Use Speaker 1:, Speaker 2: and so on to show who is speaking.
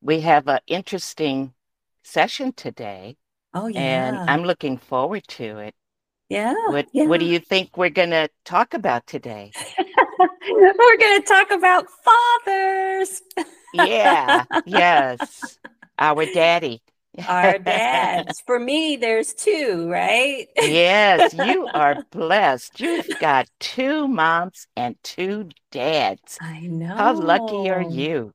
Speaker 1: we have an interesting session today,
Speaker 2: Oh,
Speaker 1: and
Speaker 2: yeah.
Speaker 1: I'm looking forward to it.
Speaker 2: Yeah.
Speaker 1: What What do
Speaker 2: Yeah.
Speaker 1: you think we're going to talk about today?
Speaker 2: We're going to talk about fathers,
Speaker 1: Yeah, yes, our daddy.
Speaker 2: our dads. For me, there's two, right?
Speaker 1: Yes, you are blessed. You've got two moms and two dads.
Speaker 2: I
Speaker 1: How lucky are
Speaker 2: know.
Speaker 1: you?